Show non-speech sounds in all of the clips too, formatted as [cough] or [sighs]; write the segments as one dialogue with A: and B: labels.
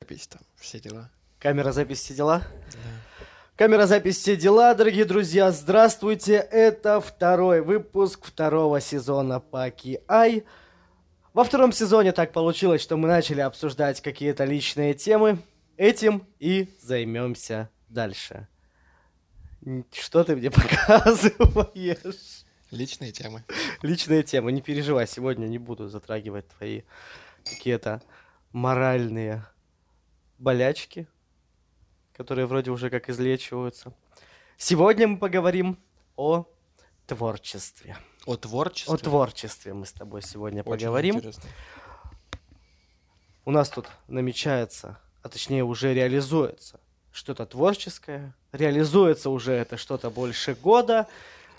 A: запись там, все дела.
B: Камера запись, все дела?
A: Да.
B: Камера запись, все дела, дорогие друзья. Здравствуйте, это второй выпуск второго сезона Паки Ай. Во втором сезоне так получилось, что мы начали обсуждать какие-то личные темы. Этим и займемся дальше. Н- Что ты мне [laughs] показываешь?
A: Личные темы.
B: Личная тема, не переживай, сегодня не буду затрагивать твои какие-то моральные болячки, которые вроде уже как излечиваются. Сегодня мы поговорим о творчестве.
A: О творчестве.
B: О творчестве мы с тобой сегодня
A: Очень
B: поговорим.
A: интересно.
B: У нас тут намечается, а точнее уже реализуется что-то творческое, реализуется уже это что-то больше года,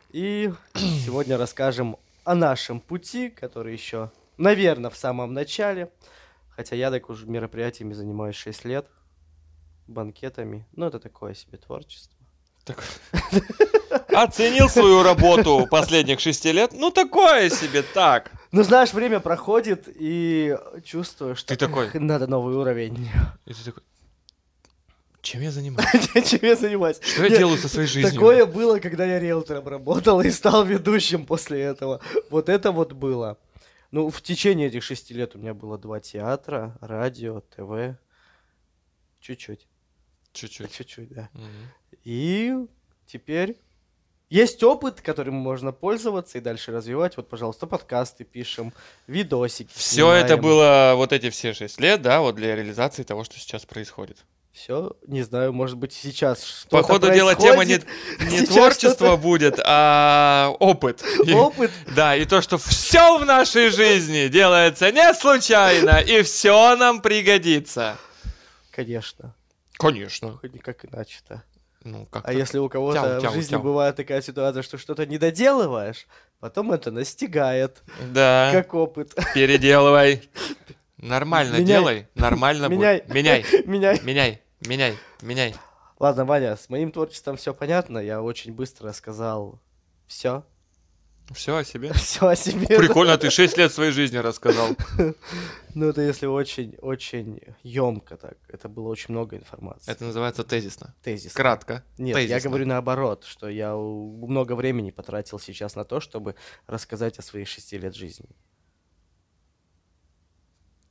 B: и сегодня расскажем о нашем пути, который еще, наверное, в самом начале, хотя я так уже мероприятиями занимаюсь 6 лет, банкетами, ну это такое себе творчество. [laughs]
A: Так,
C: Оценил свою работу последних шести лет? Ну, такое себе, так.
B: Ну знаешь, время проходит, и чувствую, что
C: Ты такой.
B: «Эх, надо новый уровень. [laughs]
C: И ты такой, чем я занимаюсь?
B: Чем я занимаюсь?
C: Что я
B: Нет,
C: делаю со своей жизнью?
B: Такое было, когда я риэлтором работал и стал ведущим после этого. Вот это вот было. Ну, в течение этих шести лет у меня было два театра, радио, ТВ. Чуть-чуть. а
C: Чуть-чуть.
B: Чуть-чуть, да.
C: Мгм.
B: И теперь есть опыт, которым можно пользоваться и дальше развивать. Вот, пожалуйста, подкасты пишем, видосики.
C: Все это было вот эти все шесть лет, да, вот для реализации того, что сейчас
B: [laughs]
C: происходит.
B: Все, не знаю, может быть, сейчас что-то
C: По ходу дела тема не,
B: происходит.
C: не
B: Сейчас
C: творчество
B: что-то-
C: будет, а опыт. И-
B: Опыт
C: Да, и то, что все в нашей жизни делается не случайно, и все нам пригодится.
B: Конечно,
C: Конечно.
B: хоть никак иначе-то.
C: Ну, как
B: А если у кого-то
C: Тяу, тяу,
B: в жизни
C: тяу.
B: бывает такая ситуация, что что-то недоделываешь, потом это настигает,
C: Да.
B: как опыт. [laughs]
C: Переделывай. Нормально
B: Меняй.
C: делай, нормально
B: Меняй.
C: будет. Меняй,
B: Меня...
C: меняй, меняй, меняй.
B: Ладно, Ваня, с моим творчеством все понятно, я очень быстро рассказал [laughs] все,
C: Все о себе.
B: все о себе.
C: Прикольно, ты 6 лет своей жизни рассказал.
B: Ну, это если очень, очень емко так. Это было очень много информации.
C: Это называется тезисно.
B: тезис.
C: Кратко.
B: Нет, я
C: тезисно.
B: говорю наоборот, что я у- много времени потратил сейчас на то, чтобы рассказать о своих шести лет жизни.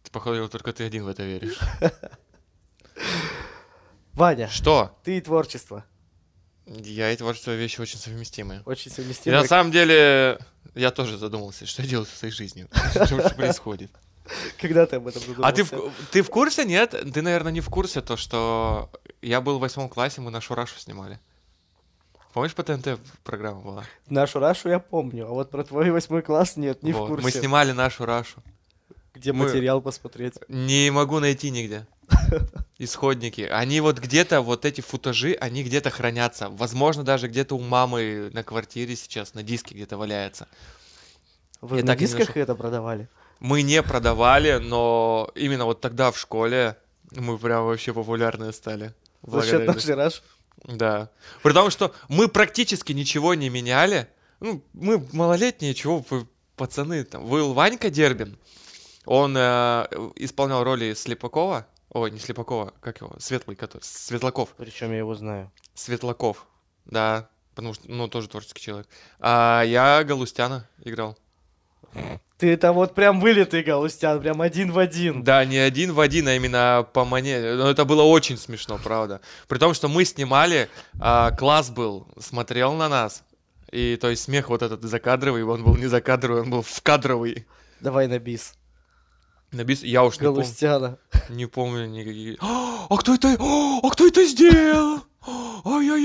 C: Ты, Походу, только ты один в это веришь.
B: Ваня,
C: Что?
B: ты и творчество
C: Я и творчество вещи очень совместимые.
B: очень
C: И
B: совместимо.
C: на самом деле, я тоже задумался, что я делаю со своей жизнью. [laughs] Что происходит.
B: Когда ты об этом задумался?
C: А ты в, ты в курсе, нет? Ты, наверное, не в курсе то, что я был в восьмом классе, мы нашу Рашу снимали. Помнишь, по ТНТ программа была?
B: Нашу Рашу я помню, а вот про твой восьмой класс нет, не
C: Вот,
B: в курсе.
C: Мы снимали нашу Рашу.
B: Где
C: мы-
B: материал посмотреть?
C: Не могу найти
B: [laughs]
C: нигде. Исходники. Они вот где-то, вот эти футажи, они где-то хранятся. Возможно, даже где-то у мамы на квартире сейчас, на диске где-то валяется.
B: Вы
C: Я
B: на
C: так и не
B: дисках
C: нашел.
B: это продавали?
C: Мы не продавали, но именно вот тогда в школе мы прям вообще популярные стали.
B: За счет
C: Благодаря-
B: нашей Раши?
C: Да. При том, что мы практически ничего не меняли. Ну, мы малолетние, чего вы, пацаны там. Был Ванька Дербин. Он э, исполнял роли Слепакова. Ой, не Слепакова, как его? Светлый, который. Светлаков.
B: Причем я его знаю.
C: Светлаков. Да. Потому что, ну, тоже творческий человек. А я Галустяна играл.
B: Ты это вот прям вылитый Галустян, прям один в
C: [laughs]
B: один.
C: Да, не один в один, а именно по манере. Но это было очень смешно, правда. При том, что мы снимали, а, класс был, смотрел на нас. И то есть смех вот этот закадровый, он был не закадровый, он был вкадровый.
B: Давай на бис.
C: На бис- Я уж не, пом-
B: [laughs] Галустяна.
C: не помню никакие. «А а кто это? А кто это сделал?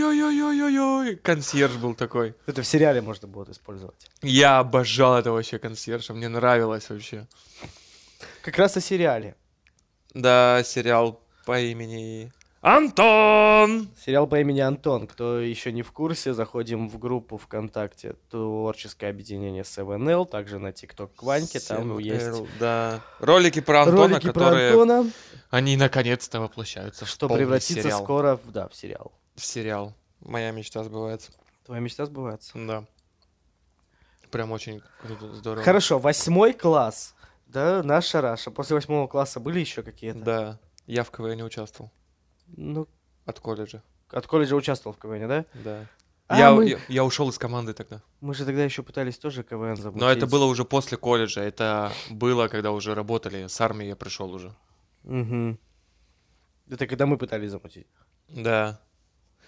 C: Ой-ой-ой-ой-ой-ой-ой. Консьерж был такой.
B: Это в сериале можно будет использовать.
C: Я обожал этого вообще консьержа, мне нравилось вообще.
B: Как раз о сериале.
C: Да, сериал по имени... Антон!
B: Сериал по имени Антон. Кто еще не в курсе, заходим в группу ВКонтакте Творческое объединение 7L, также на ТикТок Кваньке, там
C: Север,
B: ну, есть
C: Да. Ролики про Антона,
B: ролики про
C: которые
B: Антона,
C: они наконец-то воплощаются. в
B: что
C: полный
B: превратится
C: сериал.
B: скоро в, да, в сериал.
C: в сериал. Моя мечта сбывается.
B: Твоя мечта сбывается.
C: Да. Прям очень круто, здорово.
B: Хорошо, восьмой класс. Да, наша Раша. После восьмого класса были еще какие-то?
C: Да. Я в КВН не участвовал.
B: Ну,
C: От колледжа.
B: от колледжа участвовал в КВН, да?
C: Да.
B: А,
C: я,
B: мы...
C: я, я ушел из команды тогда.
B: мы же тогда еще пытались тоже КВН забыть.
C: Но это было уже после колледжа. Это было, когда уже работали. С армии я пришел уже.
B: Угу. Это когда мы пытались замутить.
C: Да.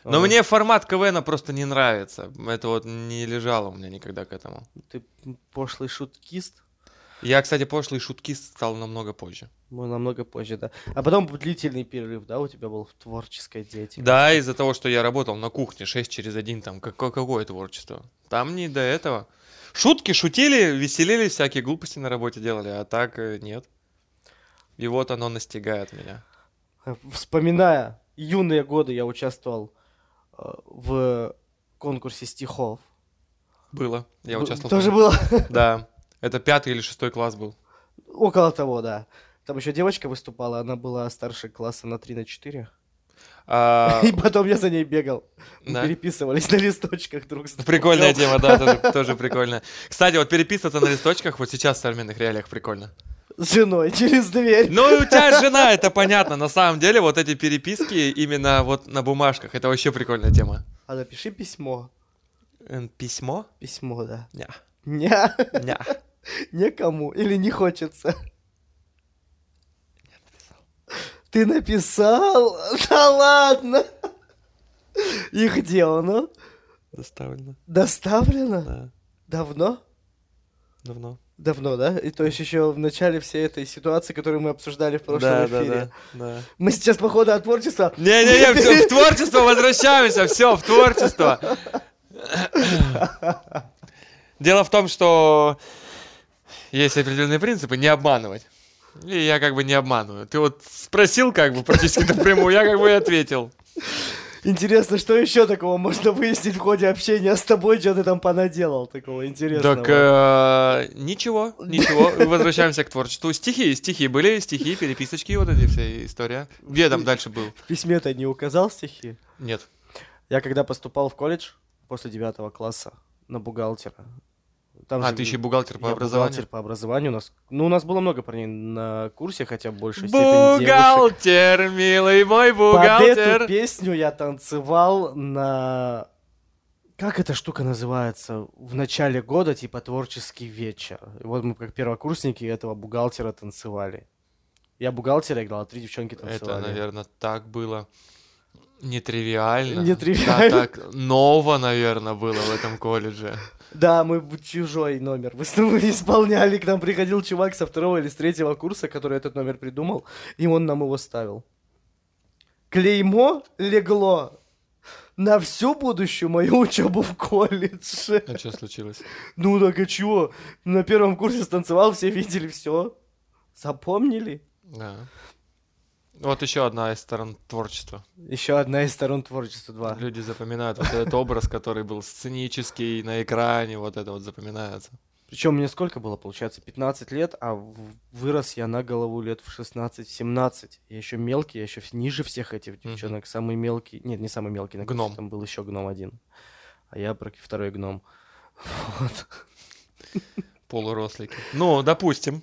C: Но
B: А,
C: мне формат КВН просто не нравится. Это вот не лежало у меня никогда к этому.
B: Ты пошлый шуткист.
C: Я, кстати, пошлый шуткист стал намного позже.
B: Мы намного позже, да. А потом длительный перерыв, да, у тебя был в творческой деятельности.
C: Да, из-за того, что я работал на кухне 6 через 1, там какое, какое творчество. Там не до этого. Шутки шутили, веселились, всякие глупости на работе делали, а так э, нет. И вот оно настигает меня.
B: Э, Вспоминая юные годы, я участвовал э, в конкурсе стихов.
C: Было. Я
B: Б-
C: участвовал. в
B: Тоже
C: нем.
B: было
C: Да. Это пятый или шестой класс был.
B: около того, да. Там еще девочка выступала, она была старше класса на 3 на 4. [laughs]
C: А,
B: И потом я за ней бегал. Мы
C: да. Ну,
B: переписывались на листочках друг с другом.
C: Прикольная тема, да, тоже, тоже прикольная. Кстати, вот переписываться на листочках вот сейчас в современных реалиях прикольно.
B: С женой через дверь.
C: Ну и у тебя жена, это понятно. На самом деле, вот эти переписки именно вот на бумажках, это вообще прикольная тема.
B: А напиши письмо.
C: М, Письмо?
B: Письмо, да.
C: Ня.
B: Ня,
C: Ня.
B: [laughs] некому или не хочется. Ты написал? [laughs] Да ладно. И где оно?
C: Доставлено.
B: Доставлено?
C: Да,
B: Давно?
C: давно.
B: Давно, да? И то есть еще в начале всей этой ситуации, которую мы обсуждали в прошлом
C: да, да,
B: эфире.
C: да, да.
B: Мы сейчас, походу, от творчества
C: Не-не-не, всё, в творчество возвращаемся, все, в творчество. Дело в том, что есть определенные принципы не обманывать. И я как бы не обманываю. Ты вот спросил как бы практически напрямую, я как бы и ответил.
B: Интересно, что еще такого можно выяснить в ходе общения с тобой, что ты там понаделал такого интересного?
C: Так, э, ничего, ничего. Возвращаемся к творчеству. Стихи, стихи были, стихи, переписочки, вот эти вся история. Где там дальше был?
B: В письме-то не указал стихи?
C: Нет.
B: Я когда поступал в колледж после девятого класса на бухгалтера. Там
C: А,
B: же
C: ты еще и
B: я
C: бухгалтер по
B: бухгалтер
C: образованию?
B: по образованию. У нас, ну, у нас было много парней на курсе, хотя в большей степени девушек.
C: Бухгалтер, милый мой
B: Под эту
C: бухгалтер.
B: песню я танцевал на... Как эта штука называется? В начале года, типа, творческий вечер. И вот мы как первокурсники этого бухгалтера танцевали. Я бухгалтера играл, а три девчонки
C: Это,
B: танцевали.
C: наверное, так было нетривиально.
B: Нетривиально.
C: Да, так ново, наверное, было в этом колледже.
B: Да, мы в чужой номер быстро [laughs] исполняли. К нам приходил чувак со второго или с третьего курса, который этот номер придумал, и он нам его ставил. Клеймо легло на всю будущую мою учебу в колледже.
C: А что случилось?
B: Ну так а чего? На первом курсе станцевал, все видели, все. Запомнили?
C: Да. Вот еще одна из сторон творчества.
B: Еще одна из сторон творчества 2.
C: Люди запоминают вот этот образ, который был сценический на экране, вот это вот запоминается.
B: Причем мне сколько было, получается, 15 лет, а в- вырос я на голову лет в 16-17. Я еще мелкий, я еще ниже всех этих девчонок. Самый мелкий, нет, не самый мелкий, на курсе
C: Гном.
B: там был еще гном один. А я прок- второй гном. [laughs] Вот.
C: Полурослики. Ну, допустим.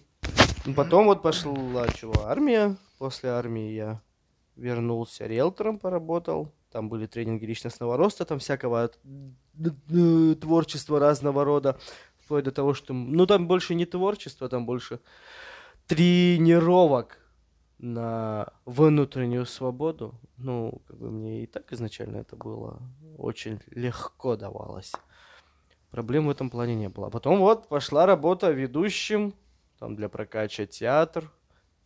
B: Ну, Потом вот пошла чего, армия. После армии я вернулся риэлтором, поработал. Там были тренинги личностного роста, там всякого от- д- д- творчества разного рода. Вплоть до того, что... м- Ну, там больше не творчество, там больше тренировок на внутреннюю свободу. Ну, как бы мне и так изначально это было очень легко давалось. Проблем в этом плане не было. А потом вот пошла работа ведущим там для прокача театр,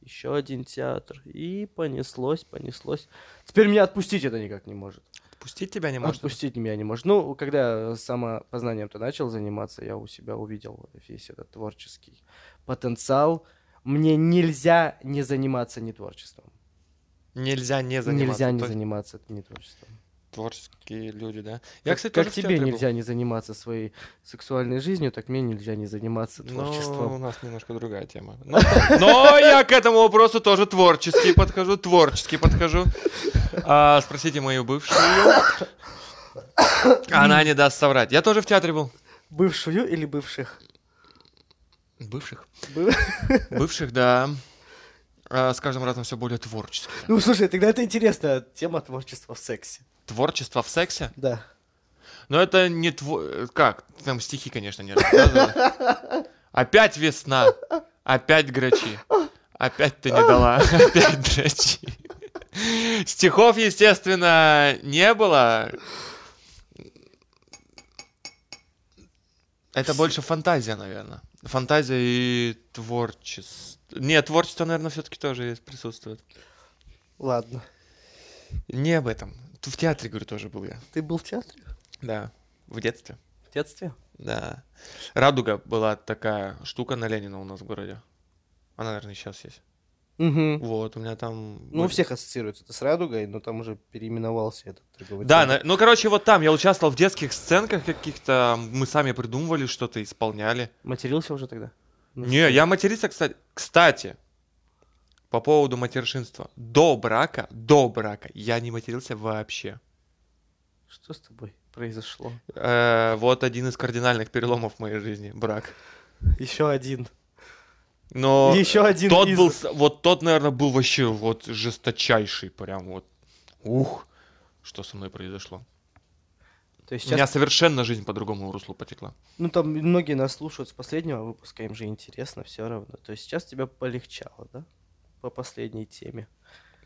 B: еще один театр, и понеслось, понеслось. Теперь меня отпустить это никак не может.
C: Отпустить тебя не может.
B: отпустить меня не может. Ну, когда я самопознанием-то начал заниматься, я у себя увидел весь этот творческий потенциал. Мне нельзя не заниматься не творчеством.
C: Нельзя не заниматься.
B: Нельзя не
C: То есть
B: заниматься не творчеством.
C: Творческие люди, да. Я,
B: Как-
C: кстати,
B: как
C: тоже в
B: тебе
C: театре был.
B: нельзя не заниматься своей сексуальной жизнью, так мне нельзя не заниматься
C: Ну, у
B: творчеством.
C: нас немножко другая тема. [laughs] Но, но я к этому вопросу тоже творчески подхожу, творчески подхожу. А, спросите мою бывшую. Она не даст соврать. Я тоже в театре был.
B: Бывшую или бывших?
C: Бывших?
B: Быв-
C: Бывших, да. э, с каждым разом все более творчески.
B: [laughs] Ну, слушай, тогда это интересная тема творчества в сексе.
C: Творчество в сексе?
B: Да.
C: Но это не твой... Как? Ты Там стихи, конечно, не рассказывала. Опять весна. Опять грачи. Опять ты не дала. Опять грачи. Стихов, естественно, не было. Это больше фантазия, наверное. Фантазия и творчество. Нет, творчество, наверное, все-таки тоже есть, присутствует.
B: Ладно.
C: Не об этом. В театре, говорю, тоже был я.
B: Ты был в театре?
C: Да, в детстве.
B: В детстве?
C: Да. Радуга была такая штука на Ленина у нас в городе. Она, наверное, сейчас есть.
B: Угу.
C: Вот, у меня там...
B: Ну, у
C: были-
B: всех ассоциируется это с радугой, но там уже переименовался этот торговый
C: Да,
B: центр.
C: на- ну, короче, вот там я участвовал в детских сценках каких-то, мы сами придумывали что-то, исполняли.
B: Матерился уже тогда? Ну,
C: Не,
B: всё.
C: я материться, кстати... Кстати, по поводу матершинства. До брака, до брака я не матерился вообще.
B: Что с тобой произошло?
C: Э, вот один из кардинальных переломов в моей жизни, брак.
B: Еще один.
C: Но...
B: Еще один
C: Тот
B: из-
C: был, с- вот тот, наверное, был вообще вот жесточайший, прям вот. Ух, что со мной произошло.
B: То есть
C: У меня
B: сейчас...
C: совершенно жизнь по другому руслу потекла.
B: Ну, там многие нас слушают с последнего выпуска, им же интересно все равно. То есть сейчас тебя полегчало, да? По последней теме.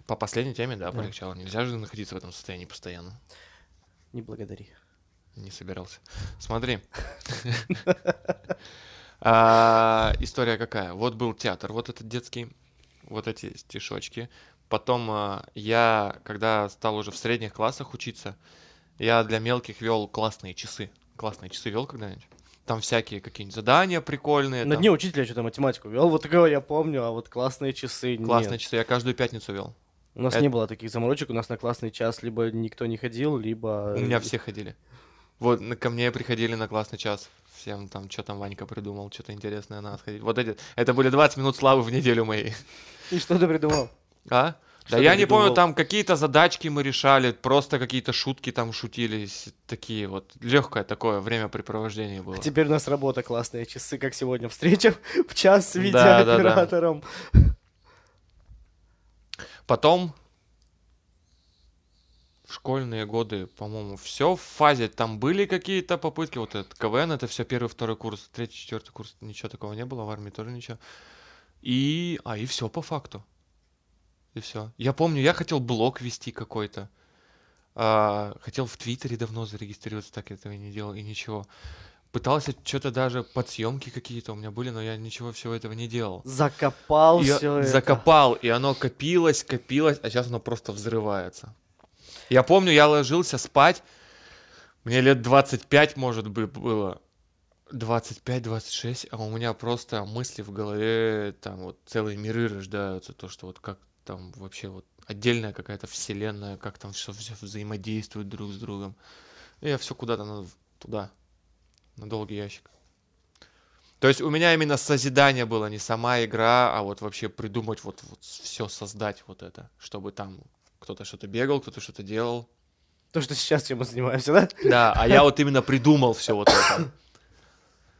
C: По последней теме, да,
B: Да.
C: полегчало. Нельзя же находиться в этом состоянии постоянно.
B: Не благодари.
C: Не собирался. Смотри. [laughs] А, История какая? Вот был театр, вот этот детский, вот эти стишочки. Потом а, я, когда стал уже в средних классах учиться, я для мелких вел классные часы. Классные часы вел когда-нибудь? Там всякие какие-нибудь задания прикольные.
B: На
C: там
B: дне учителя что-то математику вел, вот такого я помню, а вот классные часы нет.
C: Классные часы. Я каждую пятницу вел.
B: У нас
C: Это-
B: не было таких заморочек, у нас на классный час либо никто не ходил, либо...
C: У
B: [laughs]
C: меня все ходили. Вот на- ко мне приходили на классный час. Всем там, что там Ванька придумал, что-то интересное надо сходить. Вот эти, это были 20 минут славы в неделю моей.
B: И что ты придумал?
C: А?
B: Что
C: да
B: ты
C: я не
B: придумал?
C: помню, там какие-то задачки мы решали, просто какие-то шутки там шутились, такие вот. Легкое такое времяпрепровождение было.
B: Теперь у нас работа классные часы, как сегодня встреча [laughs] в час с
C: Да,
B: видеооператором.
C: Потом в школьные годы, по-моему, все в фазе. Там были какие-то попытки. Вот этот КВН, это все первый, второй курс, третий, четвертый курс. Ничего такого не было, в армии тоже ничего. И... А, и все по факту. И все. Я помню, я хотел блог вести какой-то. А, хотел в Твиттере давно зарегистрироваться, так я этого и не делал, и ничего. Пытался что-то даже подсъемки какие-то у меня были, но я ничего всего этого не делал.
B: Закопал
C: И
B: все это.
C: закопал, и оно копилось, копилось, а сейчас оно просто взрывается. Я помню, я ложился спать, мне лет 25, может быть, было. 25-26, а у меня просто мысли в голове, там вот целые миры рождаются, то, что вот как там вообще вот отдельная какая-то вселенная, как там все, взаимодействует друг с другом. И я все куда-то на- туда, на долгий ящик. То есть у меня именно созидание было, не сама игра, а вот вообще придумать, вот, все создать вот это, чтобы там кто-то что-то бегал, кто-то что-то делал.
B: То, что сейчас чем мы занимаемся, да?
C: Да, а я вот именно придумал все вот это.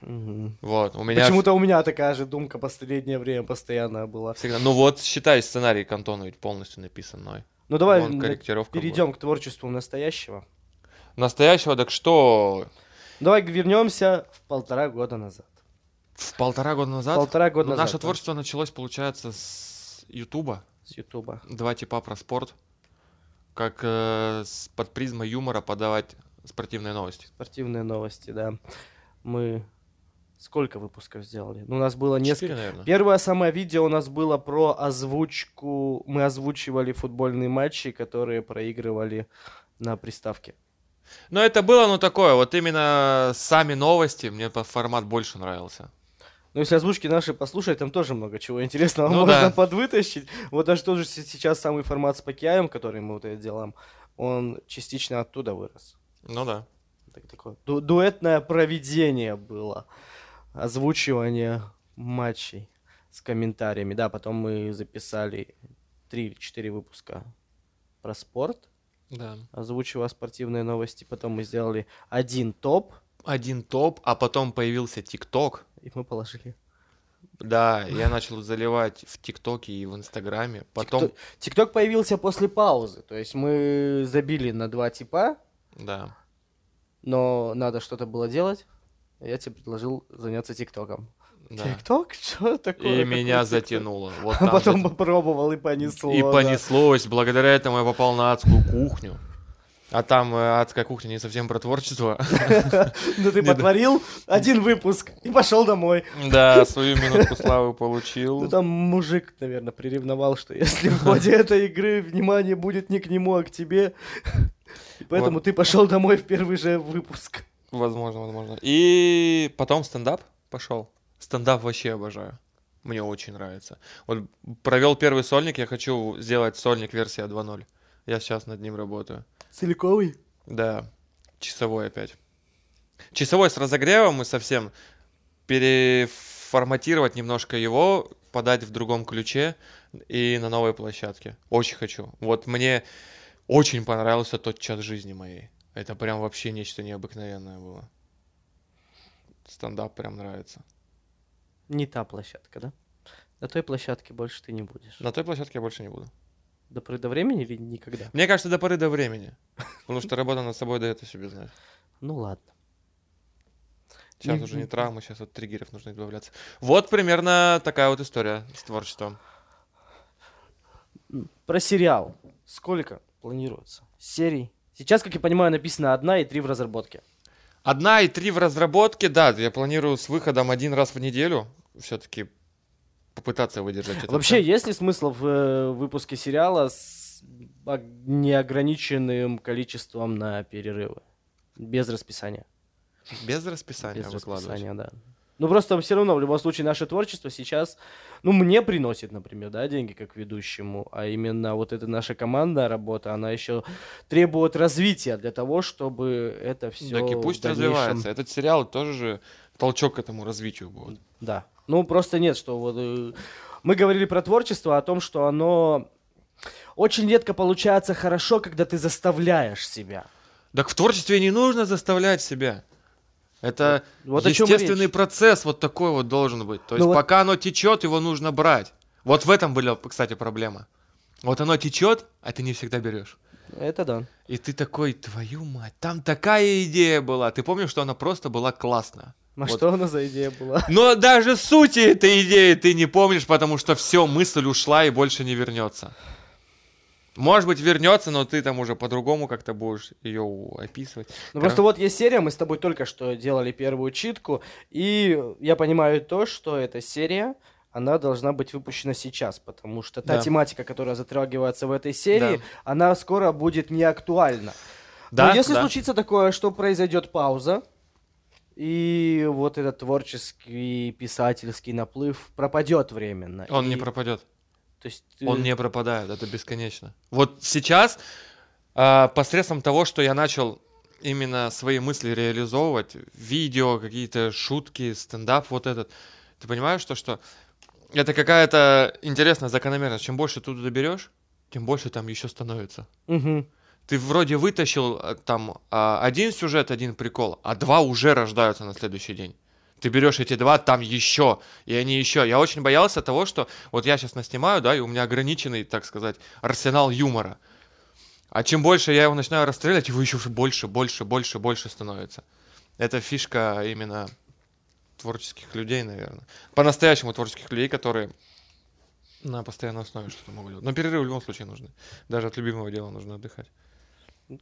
C: Вот, у меня
B: Почему-то у меня такая же думка последнее время постоянно была.
C: всегда... Ну вот, считай, сценарий Кантона ведь полностью написан мной.
B: Ну давай
C: Вон корректировка была.
B: перейдем к творчеству настоящего.
C: Настоящего, так что...
B: Давай вернемся в полтора года назад.
C: В полтора года назад?
B: Полтора
C: Ну,
B: года назад.
C: наше
B: да,
C: творчество началось, получается, с Ютуба.
B: С Ютуба.
C: Два типа про спорт. Как э, с- под призмой юмора подавать спортивные новости.
B: Спортивные новости, да. Мы сколько выпусков сделали? Ну, у нас было несколько.
C: Четыре, наверное.
B: Первое самое видео у нас было про озвучку. Мы озвучивали футбольные матчи, которые проигрывали на приставке.
C: Но это было, ну, такое, вот именно сами новости, мне по- формат больше нравился.
B: Ну, если озвучки наши послушать, там тоже много чего интересного
C: Ну
B: можно
C: да.
B: подвытащить. Вот даже тоже се- сейчас самый формат с Пакьяем, который мы вот это делаем, он частично оттуда вырос.
C: Ну да.
B: Так- такое ду- дуэтное проведение было. Озвучивание матчей с комментариями. Да, потом мы записали 3 или 4 выпуска про спорт,
C: Да.
B: озвучивая спортивные новости. Потом мы сделали один топ,
C: Один топ, а потом появился ТикТок.
B: и мы положили
C: Да, [laughs] я начал заливать в ТикТоке и в Инстаграме. Потом,
B: Тикто- ТикТок появился после паузы. То есть мы забили на два типа,
C: да.
B: но надо что-то было делать. Я тебе предложил заняться ТикТоком.
C: да.
B: ТикТок? Что такое?
C: И
B: Какой
C: меня [laughs]
B: TikTok?
C: затянуло. Вот
B: А
C: там
B: потом
C: затя-
B: попробовал и понесло.
C: И
B: да.
C: понеслось. Благодаря этому я попал на адскую кухню. А там э, адская кухня не совсем про творчество.
B: [laughs] Ну ты
C: Не, да.
B: потворил один выпуск и пошел домой.
C: [laughs] Да, свою минутку славы [laughs]
B: Ну
C: получил.
B: там мужик, наверное, приревновал, что если в ходе
C: [laughs]
B: этой игры внимание будет не к нему, а к тебе. И Поэтому ты пошел домой в первый же выпуск.
C: Возможно, возможно. И потом стендап пошел. Стендап вообще обожаю. Мне очень нравится. Вот провел первый сольник, я хочу сделать сольник версия 2.0. Я сейчас над ним работаю.
B: Целиковый?
C: Да, часовой опять. Часовой с разогревом и совсем переформатировать немножко его, подать в другом ключе и на новой площадке. Очень хочу. Вот мне очень понравился тот час жизни моей. Это прям вообще нечто необыкновенное было. Стендап прям нравится.
B: Не та площадка, да? На той площадке больше ты не будешь.
C: На той площадке я больше не буду.
B: До поры до времени или никогда?
C: Мне кажется, до поры до времени. Потому что работа над собой дает о себе знать.
B: Ну ладно.
C: Сейчас
B: Не-
C: уже
B: не-
C: не травмы, сейчас от триггеров нужно избавляться. Вот примерно такая вот история с творчеством.
B: Про сериал. Сколько планируется серий? Сейчас, как я понимаю, написано одна и три в разработке.
C: Одна и три в разработке, да, я планирую с выходом один раз в неделю все-таки попытаться выдержать это.
B: Вообще,
C: всё.
B: есть ли смысл в э, выпуске сериала с ог- неограниченным количеством на перерывы? Без расписания.
C: без расписания
B: Без
C: выкладывать.
B: расписания, да. Ну просто все равно, в любом случае, наше творчество сейчас, ну, мне приносит, например, да, деньги как ведущему, а именно вот эта наша командная работа, она еще требует развития для того, чтобы это все
C: Ну, Так и пусть развивается. Этот сериал тоже же толчок к этому развитию будет.
B: Да. Ну, просто нет, что вот... э, Мы говорили про творчество, о том, что оно... Очень редко получается хорошо, когда ты заставляешь себя.
C: Так в творчестве не нужно заставлять себя. Это
B: Вот о чем и
C: естественный
B: речь.
C: процесс вот такой вот должен быть. То
B: Ну
C: есть
B: вот-
C: пока оно течет, его нужно брать. Вот в этом была, кстати, проблема. Вот оно течет, а ты не всегда берешь.
B: Это да.
C: И ты такой, твою мать, там такая идея была. Ты помнишь, что она просто была классна.
B: А
C: Вот.
B: что она за идея
C: [laughs]
B: была?
C: Но даже сути этой идеи ты не помнишь, потому что все, мысль ушла и больше не вернется. Может быть, вернется, но ты там уже по-другому как-то будешь ее описывать. Кра-
B: Ну, просто вот есть серия, мы с тобой только что делали первую читку, и я понимаю то, что эта серия, она должна быть выпущена сейчас, потому что та
C: Да.
B: тематика, которая затрагивается в этой серии,
C: Да.
B: она скоро будет не актуальна. Но если случится такое, что произойдет пауза, и вот этот творческий писательский наплыв пропадет временно.
C: Он
B: и-
C: не пропадет.
B: То есть,
C: Он
B: э,
C: не пропадает, это бесконечно. Вот сейчас, а, посредством того, что я начал именно свои мысли реализовывать, видео, какие-то шутки, стендап вот этот, ты понимаешь, что, что это какая-то интересная закономерность. Чем больше ты туда берешь, тем больше там еще становится.
B: мгм.
C: Ты вроде вытащил а, там а, один сюжет, один прикол, а два уже рождаются на следующий день. Ты берешь эти два, там еще, и они еще. Я очень боялся того, что вот я сейчас наснимаю, да, и у меня ограниченный, так сказать, арсенал юмора. А чем больше я его начинаю расстрелять, его еще больше, больше, больше, больше становится. Это фишка именно творческих людей, наверное. По-настоящему творческих людей, которые на постоянной основе что-то могут делать. Но перерывы в любом случае нужны. Даже от любимого дела нужно отдыхать.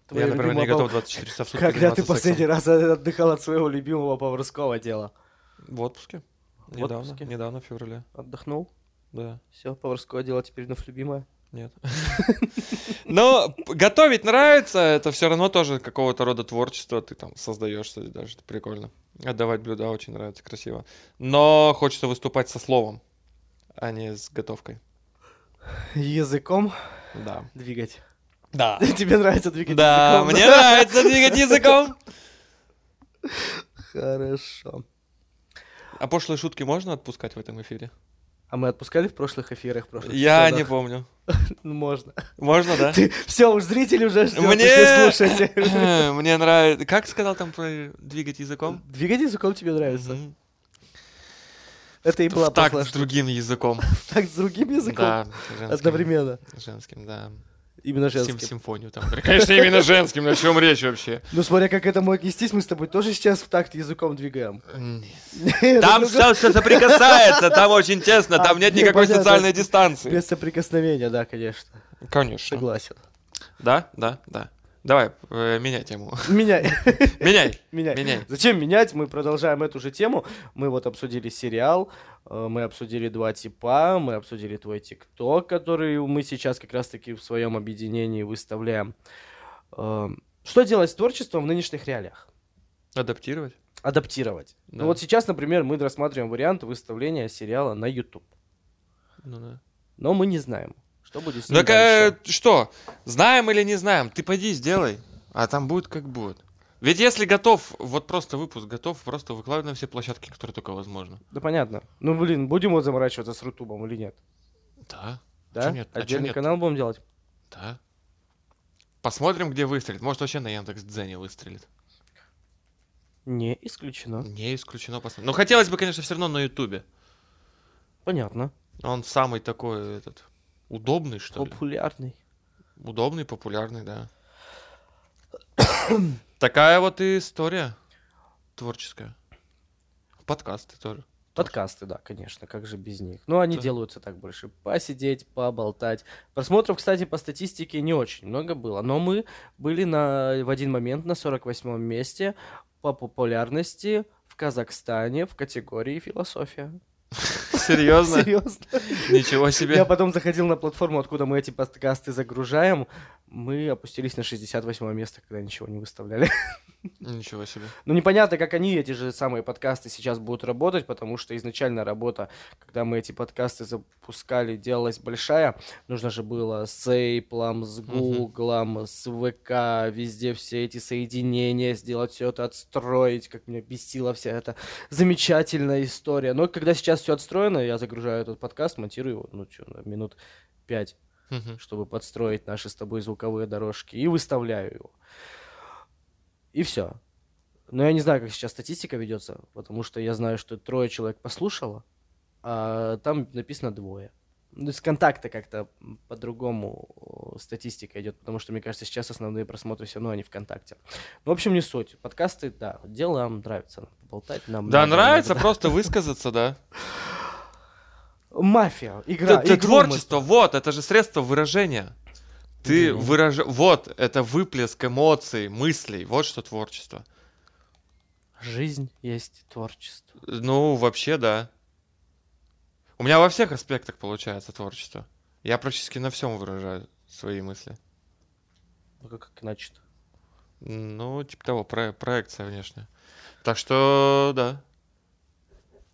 B: Твоё
C: я, например, не
B: любимое
C: готов
B: пов-
C: 24 часа в сутки
B: Когда ты
C: заниматься
B: последний раз отдыхал от своего любимого поварского дела?
C: сексом. В отпуске.
B: В
C: недавно,
B: отпуске?
C: недавно, в феврале.
B: Отдохнул?
C: Да,
B: Все, поварское дело теперь вновь любимое.
C: [laughs] нет. Но п- готовить нравится, это все равно тоже какого-то рода творчество, ты там создаешься даже, это прикольно. Отдавать блюда очень нравится, красиво. Но хочется выступать со словом, а не с готовкой.
B: Языком
C: Да.
B: двигать.
C: Да.
B: [laughs] Тебе нравится двигать
C: А. Да,
B: языком? [laughs]
C: мне нравится двигать языком.
B: Хорошо.
C: А пошлые шутки можно отпускать в этом эфире?
B: А мы отпускали в прошлых эфирах? в прошлых
C: Я не
B: сезонах?
C: помню.
B: Можно. [laughs]
C: Можно, да?
B: Все, уж зритель уже ждет,
C: Мне-
B: все слушайте.
C: [laughs] Мне нравится. Как сказал там про двигать языком?
B: Двигать языком тебе нравится?
C: Мгм.
B: Это и была
C: в такт
B: пошлая
C: с
B: штука.
C: другим языком.
B: В такт с другим [laughs] языком
C: Да, женским.
B: одновременно.
C: Женским, да.
B: Именно
C: Сим-
B: женским.
C: симфонию там. [laughs] Конечно, именно женским, на чем речь вообще?
B: Ну, смотря как это мы отнестись, мы с тобой тоже сейчас в такт языком двигаем. [laughs]
C: Там [laughs] все, соприкасается, там очень тесно,
B: А,
C: там нет
B: не,
C: никакой
B: понятно.
C: социальной дистанции.
B: Без соприкосновения, да, конечно.
C: Конечно.
B: Согласен.
C: Да, да, да. Давай, э, меняй тему. [laughs]
B: Меняй. [laughs]
C: Меняй.
B: Меняй.
C: Меняй.
B: Зачем менять? Мы продолжаем эту же тему. Мы вот обсудили сериал, э, мы обсудили два типа, мы обсудили твой тикток, который мы сейчас как раз-таки в своем объединении выставляем. Э, Что делать с творчеством в нынешних реалиях?
C: Адаптировать.
B: Адаптировать. Ну
C: Да.
B: вот сейчас, например, мы рассматриваем вариант выставления сериала на YouTube.
C: Ну да.
B: Но мы не знаем, что будет с ним
C: Так
B: дальше.
C: э, что, знаем или не знаем, ты поди сделай, а там будет как будет. Ведь если готов, вот просто выпуск готов, просто выкладывай на все площадки, которые только возможно.
B: Да понятно. Ну блин, будем вот заморачиваться с Рутубом или нет?
C: Да,
B: Да?
C: Чё нет? А чё
B: Отдельный
C: нет?
B: канал будем делать?
C: да. Посмотрим, где выстрелит. Может, вообще на Яндекс.Дзене выстрелит.
B: Не исключено.
C: Не исключено. посмотрим. Но хотелось бы, конечно, все равно на Ютубе.
B: Понятно.
C: Он самый такой этот удобный, что ли.
B: Популярный.
C: Удобный, популярный, да. Такая вот и история творческая. Подкасты тоже.
B: Подкасты, да, конечно, как же без них. Но они
C: Да.
B: делаются так больше. Посидеть, поболтать. Просмотров, кстати, по статистике не очень много было. Но мы были на, в один момент на 48-м месте по популярности в Казахстане в категории философия. [laughs]
C: Серьезно?
B: Серьезно.
C: Ничего
B: Я
C: себе.
B: потом заходил на платформу, откуда мы эти подкасты загружаем. Мы опустились на 68 место, когда ничего не выставляли.
C: Ничего себе.
B: Ну, непонятно, как они, эти же самые подкасты, сейчас будут работать, потому что изначально работа, когда мы эти подкасты запускали, делалась большая. Нужно же было с Эйплом, с Гуглом, с ВК, везде все эти соединения сделать, все это отстроить, как меня бесила вся эта замечательная история. Но когда сейчас все отстроено, я загружаю этот подкаст, монтирую его, ну, что, минут пять
C: Мгм.
B: чтобы подстроить наши с тобой звуковые дорожки, и выставляю его. И все. Но я не знаю, как сейчас статистика ведется, потому что я знаю, что трое человек послушало, а там написано двое. Ну, из контакта как-то м, по-другому э, статистика идет, потому что, мне кажется, сейчас основные просмотры все равно они ВКонтакте. Ну, в общем, не суть. Подкасты, да, дело нам нравится. Болтать нам
C: Да,
B: надо,
C: нравится
B: надо.
C: просто высказаться, да.
B: Мафия, [laughs] игра,
C: Это
B: игру мы-
C: творчество, вот, это же средство выражения. Ты
B: Мгм.
C: выража... Вот, это выплеск эмоций, мыслей, вот что творчество.
B: Жизнь есть творчество.
C: Ну, вообще, да. У меня во всех аспектах получается творчество. Я практически на всем выражаю свои мысли.
B: Ну, Как, как иначе-то?
C: Ну, типа того, про- проекция внешняя. Так что, да.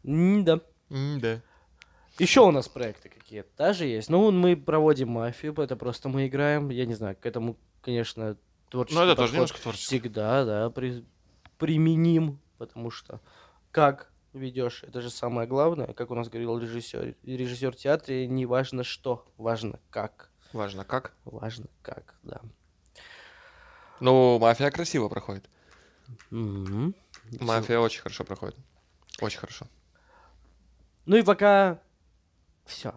B: М, Да.
C: Да.
B: Еще у нас проекты какие-то даже есть. Ну, мы проводим мафию, это просто мы играем. Я не знаю, к этому, конечно, творческий
C: Ну, это тоже
B: подход
C: немножко творчество.
B: всегда, да, при- применим, потому что как ведешь, это же самое главное, как у нас говорил режиссер, режиссер театра, не важно что, важно как,
C: Важно, как?
B: важно как, да.
C: Ну, мафия красиво проходит.
B: Мгм.
C: Мафия очень хорошо проходит. Очень хорошо.
B: Ну и пока все.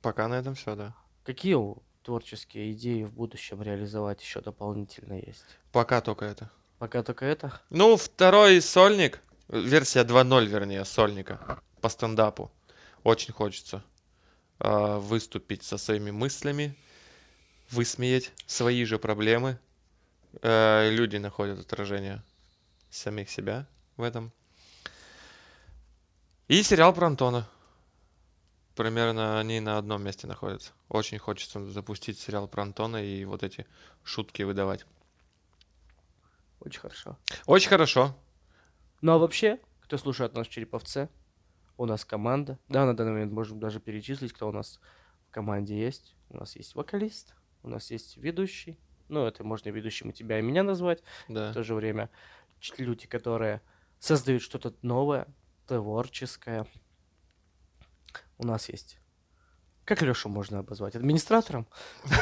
C: Пока на этом все, да.
B: Какие у- творческие идеи в будущем реализовать еще дополнительно есть?
C: Пока только это.
B: Пока только это.
C: Ну, второй сольник, э, версия 2.0, вернее, сольника по стендапу. Очень хочется а, выступить со своими мыслями, высмеять свои же проблемы. Э, люди находят отражение самих себя в этом. И сериал про Антона. Примерно они на одном месте находятся. Очень хочется запустить сериал про Антона и вот эти шутки выдавать.
B: Очень хорошо.
C: Очень хорошо.
B: Ну а вообще, кто слушает нас в Череповце, у нас команда. Да, на данный момент можем даже перечислить, кто у нас в команде есть. У нас есть вокалист, у нас есть ведущий. Ну, это можно и ведущим и тебя, и меня назвать.
C: Да.
B: В то же время ч- люди, которые создают что-то новое, творческое. У нас есть Как Лешу можно обозвать? Администратором?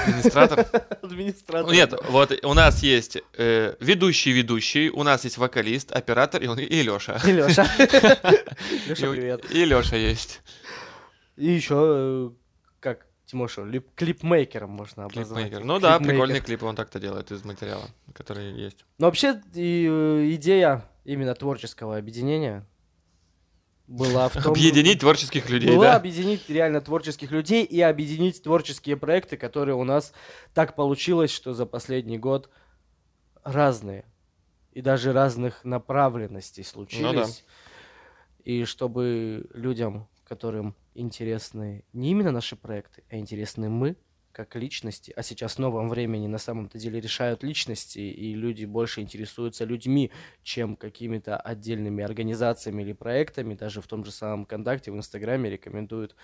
C: Администратор.
B: Администратором.
C: Нет, вот у нас есть э, ведущий, ведущий, у нас есть вокалист, оператор и, он- и Леша.
B: Леша.
C: И
B: Леша,
C: у-
B: привет.
C: И Леша есть.
B: И еще, как Тимошу, лип- клипмейкером можно обозвать.
C: Клипмейкер. Ну да,
B: Клипмейкер.
C: прикольные клипы он так-то делает из материала, который есть.
B: Но вообще и, э, идея именно творческого объединения была в том... Ну,
C: Объединить творческих людей,
B: была
C: да?
B: объединить реально творческих людей и объединить творческие проекты, которые у нас так получилось, что за последний год разные и даже разных направленностей случились. И чтобы людям, которым интересны не именно наши проекты, а интересны мы, как личности, а сейчас в новом времени на самом-то деле решают личности, и люди больше интересуются людьми, чем какими-то отдельными организациями или проектами, даже в том же самом ВКонтакте, в Инстаграме рекомендуют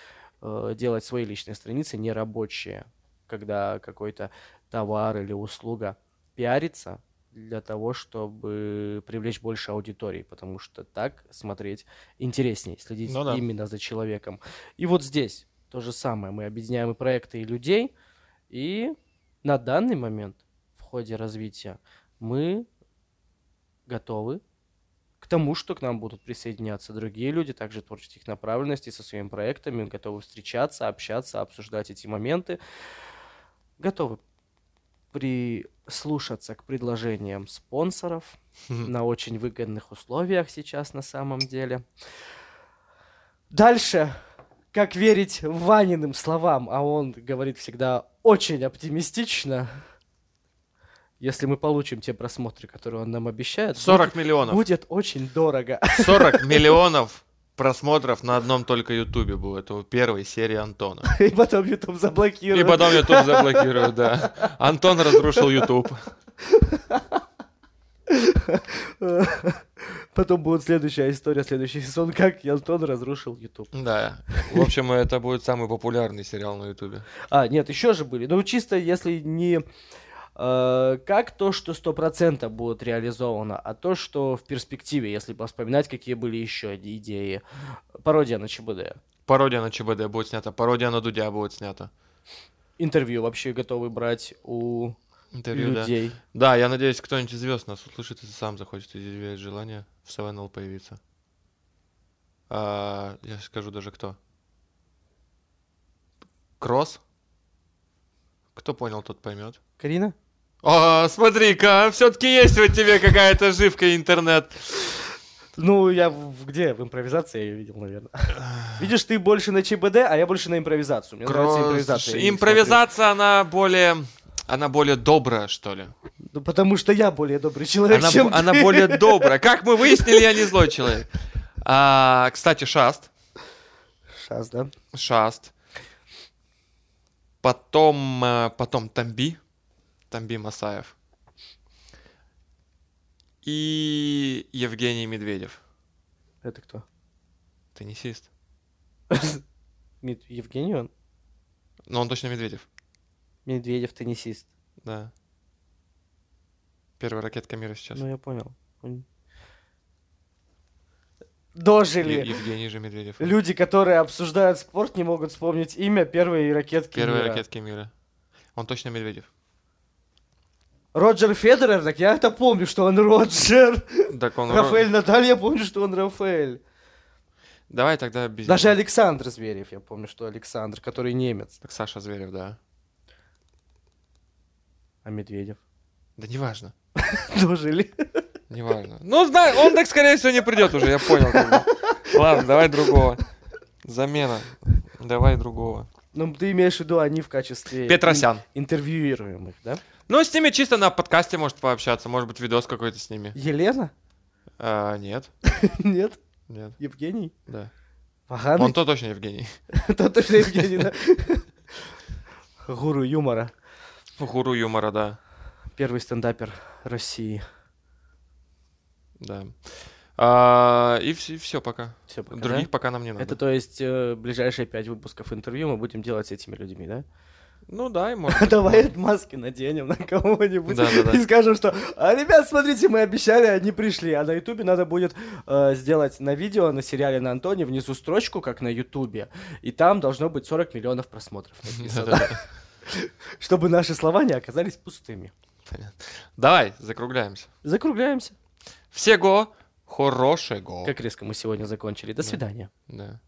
B: э, делать свои личные страницы не рабочие, когда какой-то товар или услуга пиарится для того, чтобы привлечь больше аудитории, потому что так смотреть интереснее, следить
C: Ну да.
B: именно за человеком. И вот здесь то же самое. Мы объединяем и проекты, и людей, и на данный момент в ходе развития мы готовы к тому, что к нам будут присоединяться другие люди, также творческих направленностей со своими проектами, готовы встречаться, общаться, обсуждать эти моменты, готовы прислушаться к предложениям спонсоров
C: Мгм.
B: на очень выгодных условиях сейчас на самом деле. Дальше, как верить Ваниным словам, а он говорит всегда очень оптимистично, если мы получим те просмотры, которые он нам обещает,
C: 40 миллионов.
B: Будет очень дорого. [laughs]
C: 40 миллионов просмотров на одном только Ютубе будет у первой серии Антона.
B: И потом YouTube
C: И
B: заблокирует.
C: потом Ютуб заблокируют, да. Антон разрушил Ютуб.
B: [laughs] Потом будет следующая история, следующий сезон, как Антон разрушил YouTube.
C: Да. В общем, это будет самый популярный сериал на Ютубе.
B: А, нет, еще же были. Ну, чисто если не э, как то, что 100% будет реализовано, а то, что в перспективе, если вспоминать, какие были еще идеи. Пародия на ЧБД.
C: Пародия на ЧБД будет снята, пародия на Дудя будет снята.
B: Интервью вообще готовы брать у
C: Интервью, да.
B: людей.
C: Да, я надеюсь, кто-нибудь из звезд нас услышит и сам захочет изъявить желание в СВНЛ появиться. А, я скажу даже кто. Кросс? Кто понял, тот поймет.
B: Карина?
C: О, смотри-ка, все-таки есть вот тебе какая-то живка интернет.
B: Ну, я в- где? В импровизации я ее видел,
C: [sighs]
B: наверное. Видишь, ты больше на ЧБД, а я больше на импровизацию. Мне нравится
C: Кросс-
B: импровизация. я не
C: Импровизация, она более... Она более добрая, что ли.
B: смотрю. Ну, потому что я более добрый человек,
C: Она,
B: чем
C: бо- она
B: ты.
C: более добрая. Как мы выяснили, я не злой человек. А, кстати, Шаст.
B: Сейчас, да?
C: Шаст. Потом, э, потом Тамби. Тамби Масаев. И Евгений Медведев.
B: Это кто? [laughs]
C: Теннисист.
B: Мед- Евгений он?
C: Но он точно Медведев.
B: Медведев теннисист.
C: Да. Первая ракетка мира сейчас.
B: Ну,
C: Е-
B: я понял. Пон-
C: Евгений,
B: Дожили.
C: же Медведев.
B: Люди, которые обсуждают спорт, не могут вспомнить имя первой ракетки
C: Первая
B: мира.
C: ракетки мира. Он точно Медведев.
B: Роджер Федерер, так я это помню, что он Роджер.
C: Так он...
B: Рафаэль Надаль, я помню, что он Рафаэль.
C: Давай тогда без
B: Даже
C: него.
B: Александр Зверев, я помню, что Александр, который немец.
C: Так Саша Зверев, да.
B: А Медведев? [laughs]
C: Да неважно.
B: Дожили.
C: Неважно. Ну, знаю, он так, скорее всего, не придет уже, я понял. как бы. Ладно, давай другого. Замена. Давай другого.
B: Ну, ты имеешь в виду они в качестве
C: Петросян.
B: ин- интервьюируемых, да?
C: Ну, с ними чисто на подкасте может пообщаться, может быть, видос какой-то с ними.
B: Елена? [laughs]
C: А, нет,
B: Нет?
C: нет,
B: Евгений?
C: да.
B: Ваганы?
C: Он то точно Евгений.
B: Это точно Евгений, да? [laughs] Гуру юмора.
C: Гуру юмора, да.
B: Первый стендапер России.
C: Да. А, и все пока.
B: Все, пока,
C: Других
B: да?
C: пока нам не надо.
B: Это то есть э, ближайшие пять выпусков интервью мы будем делать с этими людьми, да?
C: Ну да, и можно.
B: [laughs] Давай маски наденем на кого-нибудь
C: Да-да-да.
B: и скажем, что «А, ребят, смотрите, мы обещали, они пришли. А на Ютубе надо будет э, сделать на видео, на сериале на Антоне внизу строчку, как на Ютубе. И там должно быть 40 миллионов просмотров написано.
C: Да-да.
B: Чтобы наши слова не оказались пустыми.
C: Понятно. Давай, закругляемся.
B: Закругляемся.
C: Всего хорошего.
B: Как резко мы сегодня закончили. До
C: Да.
B: свидания.
C: Да.